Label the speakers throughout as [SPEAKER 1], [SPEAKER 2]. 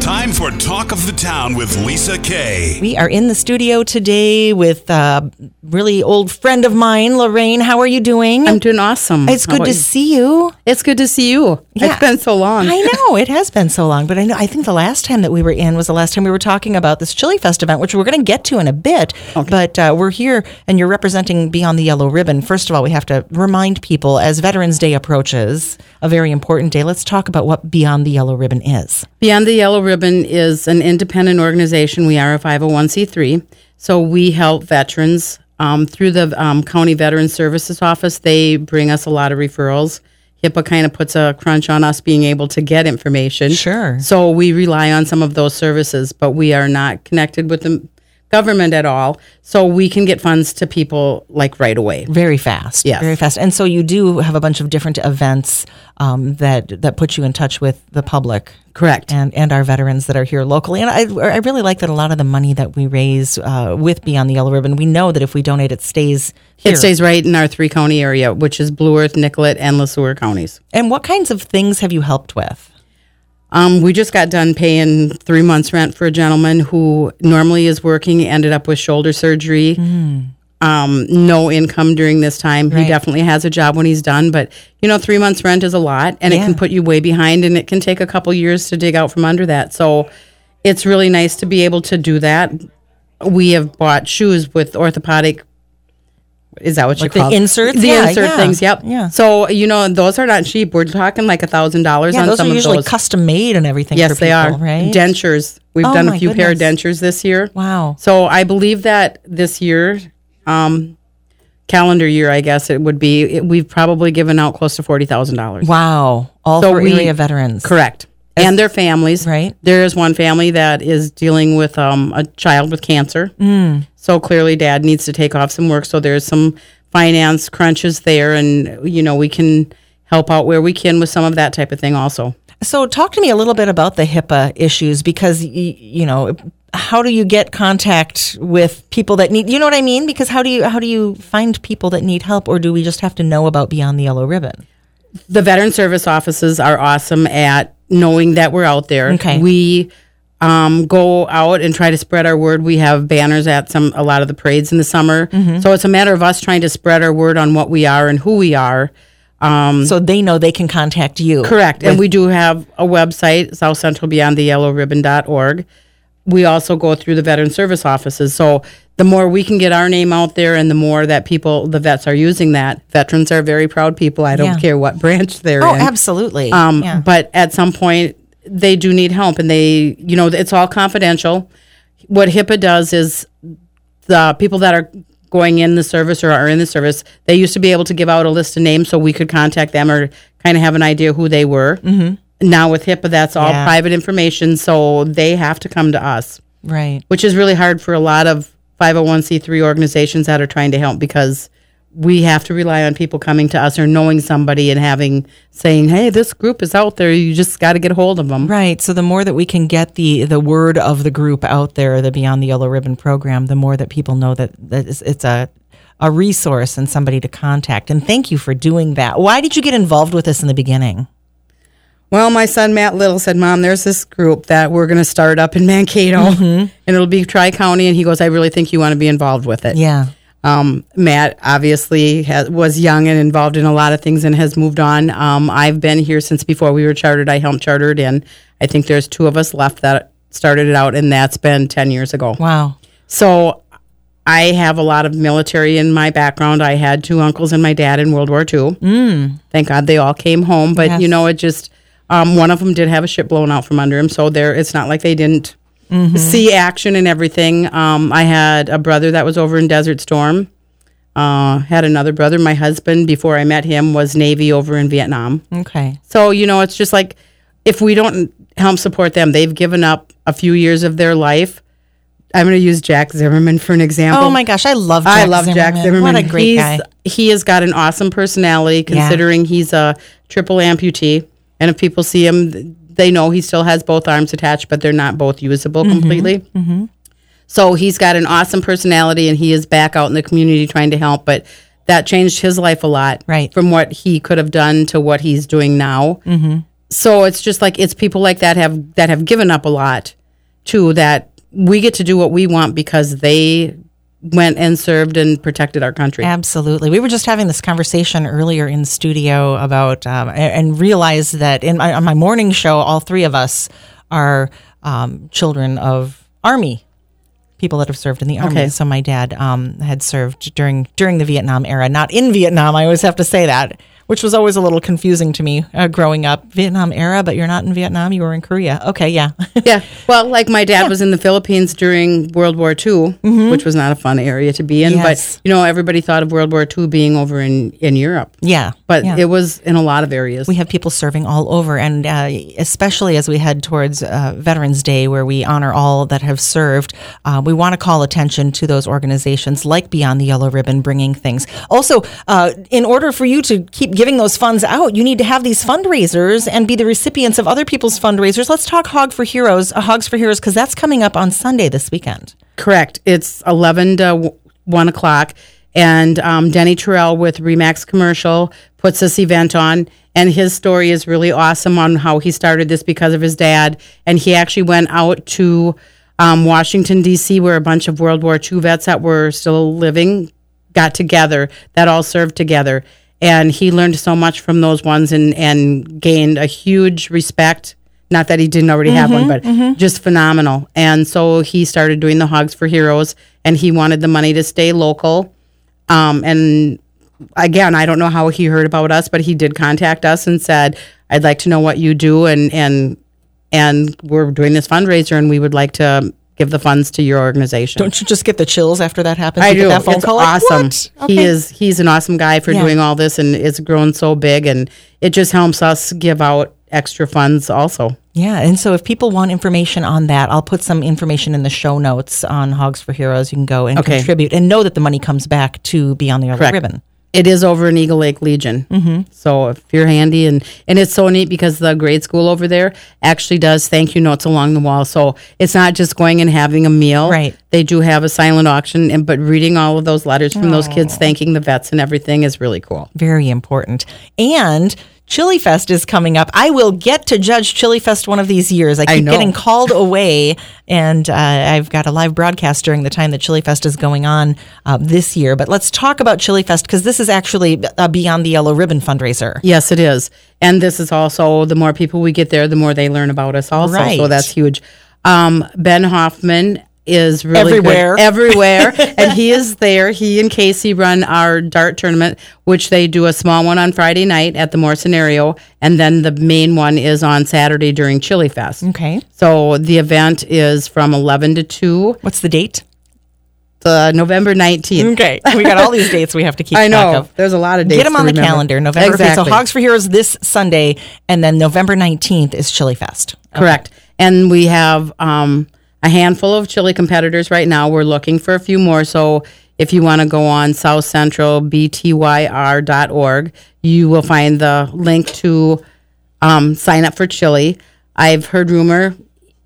[SPEAKER 1] Time for Talk of the Town with Lisa Kay.
[SPEAKER 2] We are in the studio today with a really old friend of mine, Lorraine. How are you doing?
[SPEAKER 3] I'm doing awesome.
[SPEAKER 2] it's
[SPEAKER 3] How
[SPEAKER 2] good
[SPEAKER 3] about
[SPEAKER 2] to
[SPEAKER 3] you?
[SPEAKER 2] see you.
[SPEAKER 3] It's good to see you.
[SPEAKER 2] Yeah.
[SPEAKER 3] It's been so long.
[SPEAKER 2] I know it has been so long, but I know I think the last time that we were in was the last time we were talking about this Chili Fest event, which we're going to get to in a bit. But uh, we're here, and you're representing Beyond the Yellow Ribbon. First of all, we have to remind people as Veterans Day approaches, a very important day. Let's talk about what Beyond the Yellow Ribbon is.
[SPEAKER 3] Beyond the Yellow Ribbon is an independent organization. We are a 501c3. So we help veterans um, through the um, County Veteran Services Office. They bring us a lot of referrals. HIPAA kind of puts a crunch on us being able to get information.
[SPEAKER 2] Sure.
[SPEAKER 3] So we rely on some of those services, but we are not connected with the government at all. So we can get funds to people like right away.
[SPEAKER 2] Very fast.
[SPEAKER 3] Yes.
[SPEAKER 2] Very fast. And so you do have a bunch of different events um, that that put you in touch with the public.
[SPEAKER 3] Correct.
[SPEAKER 2] And, and our veterans that are here locally. And I, I really like that a lot of the money that we raise uh, with Beyond the Yellow Ribbon, we know that if we donate, it stays here.
[SPEAKER 3] It stays right in our three county area, which is Blue Earth, Nicollet, and LeSueur counties.
[SPEAKER 2] and what kinds of things have you helped with?
[SPEAKER 3] Um, we just got done paying three months' rent for a gentleman who normally is working, ended up with shoulder surgery. Um, no income during this time.
[SPEAKER 2] Hmm. Right.
[SPEAKER 3] He definitely has a job when he's done, but you know, three months' rent is a lot and it
[SPEAKER 2] Yeah.
[SPEAKER 3] can put you way behind and it can take a couple years to dig out from under that. So it's really nice to be able to do that. We have bought shoes with orthopedic. Is that what
[SPEAKER 2] Like the
[SPEAKER 3] you call them?
[SPEAKER 2] inserts?
[SPEAKER 3] The
[SPEAKER 2] Yeah,
[SPEAKER 3] insert
[SPEAKER 2] yeah.
[SPEAKER 3] things. Yep.
[SPEAKER 2] Yeah.
[SPEAKER 3] So you know those are not cheap. We're talking like a thousand dollars
[SPEAKER 2] Yeah,
[SPEAKER 3] on
[SPEAKER 2] those are
[SPEAKER 3] some
[SPEAKER 2] usually
[SPEAKER 3] of those.
[SPEAKER 2] custom made and everything.
[SPEAKER 3] Yes,
[SPEAKER 2] for people,
[SPEAKER 3] they are.
[SPEAKER 2] Right?
[SPEAKER 3] Dentures. We've
[SPEAKER 2] Oh,
[SPEAKER 3] done
[SPEAKER 2] my
[SPEAKER 3] a few pair of
[SPEAKER 2] goodness.
[SPEAKER 3] dentures this year.
[SPEAKER 2] wow.
[SPEAKER 3] So I believe that this year, um, calendar year, I guess it would be, it, we've probably given out close to forty thousand dollars.
[SPEAKER 2] Wow. All
[SPEAKER 3] So
[SPEAKER 2] for
[SPEAKER 3] we-
[SPEAKER 2] area veterans.
[SPEAKER 3] Correct. And their families.
[SPEAKER 2] Right.
[SPEAKER 3] There is one family that is dealing with um, a child with cancer. Mm. So clearly, dad needs to take off some work. So there's some finance crunches there, and you know we can help out where we can with some of that type of thing also.
[SPEAKER 2] So, talk to me a little bit about the HIPAA issues because, y- you know, how do you get contact with people that need, you know what I mean? Because how do you, how do you find people that need help or do we just have to know about Beyond the Yellow Ribbon?
[SPEAKER 3] the veteran service offices are awesome at knowing that we're out there.
[SPEAKER 2] Okay.
[SPEAKER 3] We um, go out and try to spread our word. We have banners at some a lot of the parades in the summer,
[SPEAKER 2] Mm-hmm.
[SPEAKER 3] so it's a matter of us trying to spread our word on what we are and who we are.
[SPEAKER 2] So they know they can contact you.
[SPEAKER 3] Mm. Correct. And we do have a website, South Central Beyond the Yellow Ribbon.org. We also go through the veteran service offices. So the more we can get our name out there and the more that people, the vets are using that, veterans are very proud people. I don't
[SPEAKER 2] Yeah.
[SPEAKER 3] care what branch they're
[SPEAKER 2] Oh,
[SPEAKER 3] in.
[SPEAKER 2] absolutely.
[SPEAKER 3] Um,
[SPEAKER 2] yeah.
[SPEAKER 3] But at some point, they do need help, and they, you know, it's all confidential. What HIPAA does is the people that are going in the service or are in the service, they used to be able to give out a list of names so we could contact them or kind of have an idea who they were. Mm-hmm. Now with HIPAA, that's all
[SPEAKER 2] Yeah.
[SPEAKER 3] private information, so they have to come to us,
[SPEAKER 2] Right.
[SPEAKER 3] which is really hard for a lot of 501c3 organizations that are trying to help because we have to rely on people coming to us or knowing somebody and having saying, "Hey, this group is out there. You just got to get a hold of them."
[SPEAKER 2] Right. So the more that we can get the the word of the group out there, the Beyond the Yellow Ribbon program, the more that people know that, that it's, it's a a resource and somebody to contact. And thank you for doing that. Why did you get involved with this in the beginning?
[SPEAKER 3] Well, my son Matt Little said, "Mom, there's this group that we're going to start up in Mankato, and it'll be Tri County." And he goes, "I really think you want to be involved with it."
[SPEAKER 2] Yeah.
[SPEAKER 3] Um, Matt obviously has, was young and involved in a lot of things and has moved on. Um, I've been here since before we were chartered. I helped chartered in. I think there's two of us left that started it out, and that's been ten years ago.
[SPEAKER 2] Wow.
[SPEAKER 3] So I have a lot of military in my background. I had two uncles and my dad in World War II. Mm. Thank God they all came home. But
[SPEAKER 2] Yes.
[SPEAKER 3] you know, it just um, one of them did have a ship blown out from under him. So there, it's not like they didn't see action and everything. Um, I had a brother that was over in Desert Storm. Uh, had another brother. My husband, before I met him, was Navy over in Vietnam.
[SPEAKER 2] Okay.
[SPEAKER 3] So, you know, it's just like if we don't help support them, they've given up a few years of their life. I'm going to use Jack Zimmerman for an example.
[SPEAKER 2] Oh my gosh, I love Jack
[SPEAKER 3] I love
[SPEAKER 2] Zimmerman.
[SPEAKER 3] Jack Zimmerman.
[SPEAKER 2] What a great
[SPEAKER 3] he's,
[SPEAKER 2] guy.
[SPEAKER 3] He has got an awesome personality considering he's a triple amputee. And if people see him, th- they know he still has both arms attached, but they're not both usable
[SPEAKER 2] Mm-hmm.
[SPEAKER 3] completely. So he's got an awesome personality and he is back out in the community trying to help. But that changed his life a lot
[SPEAKER 2] Right.
[SPEAKER 3] from what he could have done to what he's doing now. so it's just like it's people like that have that have given up a lot too that we get to do what we want because they went and served and protected our country.
[SPEAKER 2] Absolutely. We were just having this conversation earlier in studio about, um, a- and realized that in my, on my morning show, all three of us are um, children of Army people that have served in the army.
[SPEAKER 3] Okay.
[SPEAKER 2] So my dad um, had served during during the Vietnam era, not in Vietnam. I always have to say that, which was always a little confusing to me uh, growing up. Vietnam era, but you're not in Vietnam. You were in Korea. Okay, yeah.
[SPEAKER 3] Yeah. Well, like my dad was in the Philippines during World War II, which was not a fun area to be in,
[SPEAKER 2] Mm-hmm. Yes.
[SPEAKER 3] but you know everybody thought of World War II being over in in Europe.
[SPEAKER 2] yeah.
[SPEAKER 3] But
[SPEAKER 2] yeah.
[SPEAKER 3] it was in a lot of areas.
[SPEAKER 2] we have people serving all over, and uh, especially as we head towards uh, Veterans Day, where we honor all that have served, uh, we want to call attention to those organizations like Beyond the Yellow Ribbon bringing things. Also, uh, in order for you to keep giving those funds out, you need to have these fundraisers and be the recipients of other people's fundraisers. Let's talk Hog for Heroes, uh, Hogs for Heroes, because that's coming up on Sunday this weekend.
[SPEAKER 3] Correct. It's 11 to w- 1 o'clock. And um, Denny Terrell with Remax Commercial puts this event on. And his story is really awesome on how he started this because of his dad. And he actually went out to um, Washington, D.C., where a bunch of World War II vets that were still living got together, that all served together. And he learned so much from those ones and, and gained a huge respect. Not that he didn't already have one, but just phenomenal. And so he started doing the Hogs for Heroes, and he wanted the money to stay local. Um, and again, I don't know how he heard about us, but he did contact us and said, "I'd like to know what you do, and and and we're doing this fundraiser, and we would like to give the funds to your organization."
[SPEAKER 2] Don't you just get the chills after that happens?
[SPEAKER 3] I
[SPEAKER 2] You get
[SPEAKER 3] do.
[SPEAKER 2] That phone
[SPEAKER 3] it's
[SPEAKER 2] call, like,
[SPEAKER 3] awesome.
[SPEAKER 2] "What?"
[SPEAKER 3] He
[SPEAKER 2] Okay.
[SPEAKER 3] is. He's an awesome guy for
[SPEAKER 2] Yeah.
[SPEAKER 3] doing all this, and it's grown so big, and it just helps us give out extra funds also.
[SPEAKER 2] Yeah, and so if people want information on that, I'll put some information in the show notes on Hogs for Heroes. You can go and
[SPEAKER 3] Okay.
[SPEAKER 2] contribute and know that the money comes back to Beyond the Yellow
[SPEAKER 3] Correct.
[SPEAKER 2] Ribbon.
[SPEAKER 3] It is over in Eagle Lake Legion. Mm-hmm. So if you're handy, and and it's so neat because the grade school over there actually does thank you notes along the wall. So it's not just going and having a meal.
[SPEAKER 2] Right.
[SPEAKER 3] They do have a silent auction, and but reading all of those letters from those kids thanking the vets and everything is really cool.
[SPEAKER 2] Very important. And Chili Fest is coming up. I will get to judge Chili Fest one of these years. I keep
[SPEAKER 3] know.
[SPEAKER 2] getting called away, and uh, I've got a live broadcast during the time that Chili Fest is going on uh, this year. But let's talk about Chili Fest because this is actually a Beyond the Yellow Ribbon fundraiser.
[SPEAKER 3] Yes, it is. And this is also the more people we get there, the more they learn about us also.
[SPEAKER 2] Right.
[SPEAKER 3] So that's huge. Um, ben Hoffman is really good-
[SPEAKER 2] Everywhere.
[SPEAKER 3] everywhere. and he is there. He and Casey run our dart tournament, which they do a small one on Friday night at the Moore Scenario. And then the main one is on Saturday during Chili Fest.
[SPEAKER 2] Okay.
[SPEAKER 3] So the event is from 11 to 2,
[SPEAKER 2] What's the date?
[SPEAKER 3] uh, November 19th.
[SPEAKER 2] Okay. We got all these dates we have to keep
[SPEAKER 3] I
[SPEAKER 2] track
[SPEAKER 3] know.
[SPEAKER 2] of.
[SPEAKER 3] There's a lot of
[SPEAKER 2] Mm.
[SPEAKER 3] dates.
[SPEAKER 2] Get them
[SPEAKER 3] to
[SPEAKER 2] on the
[SPEAKER 3] remember.
[SPEAKER 2] calendar. November. okay,
[SPEAKER 3] Exactly.
[SPEAKER 2] So Hogs for Heroes this Sunday, and then November 19th is Chili Fest.
[SPEAKER 3] Correct. And we have um, a handful of chili competitors right now. We're looking for a few more. So if you want to go on southcentralbtyr.org, you will find the link to um, sign up for chili. I've heard rumor,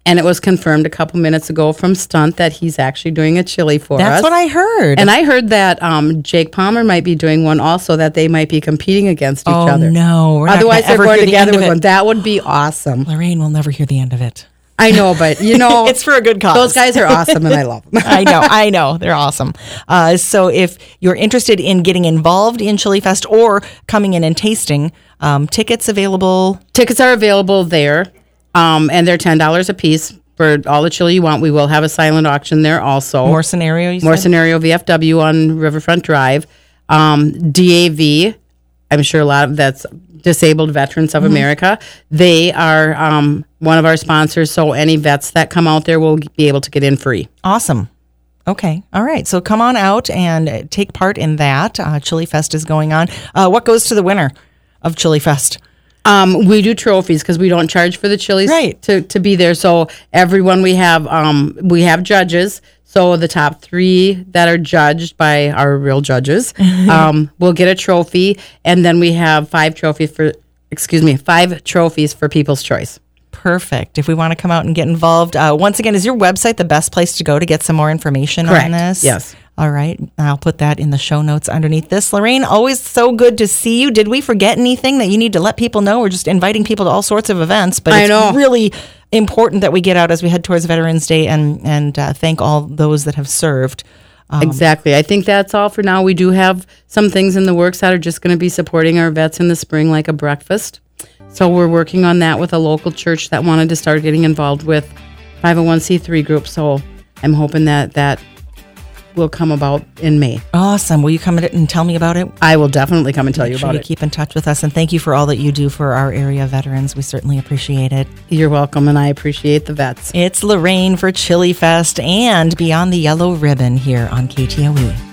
[SPEAKER 3] and it was confirmed a couple minutes ago from Stunt that he's actually doing a chili for us.
[SPEAKER 2] That's what I heard.
[SPEAKER 3] and I heard that um, Jake Palmer might be doing one also, that they might be competing against each
[SPEAKER 2] oh
[SPEAKER 3] other.
[SPEAKER 2] no! We're not
[SPEAKER 3] Otherwise,
[SPEAKER 2] gonna
[SPEAKER 3] they're
[SPEAKER 2] ever
[SPEAKER 3] going
[SPEAKER 2] hear the end
[SPEAKER 3] together
[SPEAKER 2] of
[SPEAKER 3] with
[SPEAKER 2] it.
[SPEAKER 3] one. That would be awesome.
[SPEAKER 2] Lorraine will never hear the end of it.
[SPEAKER 3] I know, but you know,
[SPEAKER 2] It's for a good cause.
[SPEAKER 3] Oh. Those guys are awesome, and I love them.
[SPEAKER 2] I know, I know. They're awesome. Uh, so if you're interested in getting involved in Chili Fest or coming in and tasting, um, tickets available.
[SPEAKER 3] Tickets are available there, um, and they're ten dollars a piece for all the chili you want. We will have a silent auction there also.
[SPEAKER 2] More scenario. You
[SPEAKER 3] More
[SPEAKER 2] said?
[SPEAKER 3] scenario VFW on Riverfront Drive, um, DAV. I'm sure a lot of that's disabled veterans of America. They are um, one of our sponsors, so any vets that come out there will be able to get in free.
[SPEAKER 2] Awesome. Okay. All right. So come on out and uh, take part in that. Uh, Chili Fest is going on. Uh, what goes to the winner of Chili Fest?
[SPEAKER 3] Um, we do trophies because we don't charge for the chilies
[SPEAKER 2] Right.
[SPEAKER 3] to, to be there. So everyone we have, um, we have judges. So the top three that are judged by our real judges um, will get a trophy, and then we have five trophy for excuse me, five trophies for People's Choice.
[SPEAKER 2] Perfect. If we want to come out and get involved, uh, once again, is your website the best place to go to get some more information
[SPEAKER 3] Correct.
[SPEAKER 2] on this?
[SPEAKER 3] Yes.
[SPEAKER 2] All right. I'll put that in the show notes underneath this. Lorraine, always so good to see you. Did we forget anything that you need to let people know? We're just inviting people to all sorts of events, but
[SPEAKER 3] I
[SPEAKER 2] it's
[SPEAKER 3] know.
[SPEAKER 2] really important that we get out as we head towards Veterans Day and, and uh, thank all those that have served. Um,
[SPEAKER 3] Exactly. I think that's all for now. We do have some things in the works that are just going to be supporting our vets in the spring, like a breakfast. So we're working on that with a local church that wanted to start getting involved with 501c3 groups. So I'm hoping that that will come about in May.
[SPEAKER 2] Awesome. Will you come in and tell me about it?
[SPEAKER 3] I will definitely come and tell you
[SPEAKER 2] Make sure
[SPEAKER 3] about
[SPEAKER 2] you
[SPEAKER 3] it.
[SPEAKER 2] keep in touch with us. And thank you for all that you do for our area veterans. We certainly appreciate it.
[SPEAKER 3] You're welcome, and I appreciate the vets.
[SPEAKER 2] It's Lorraine for Chili Fest and Beyond the Yellow Ribbon here on KTOE.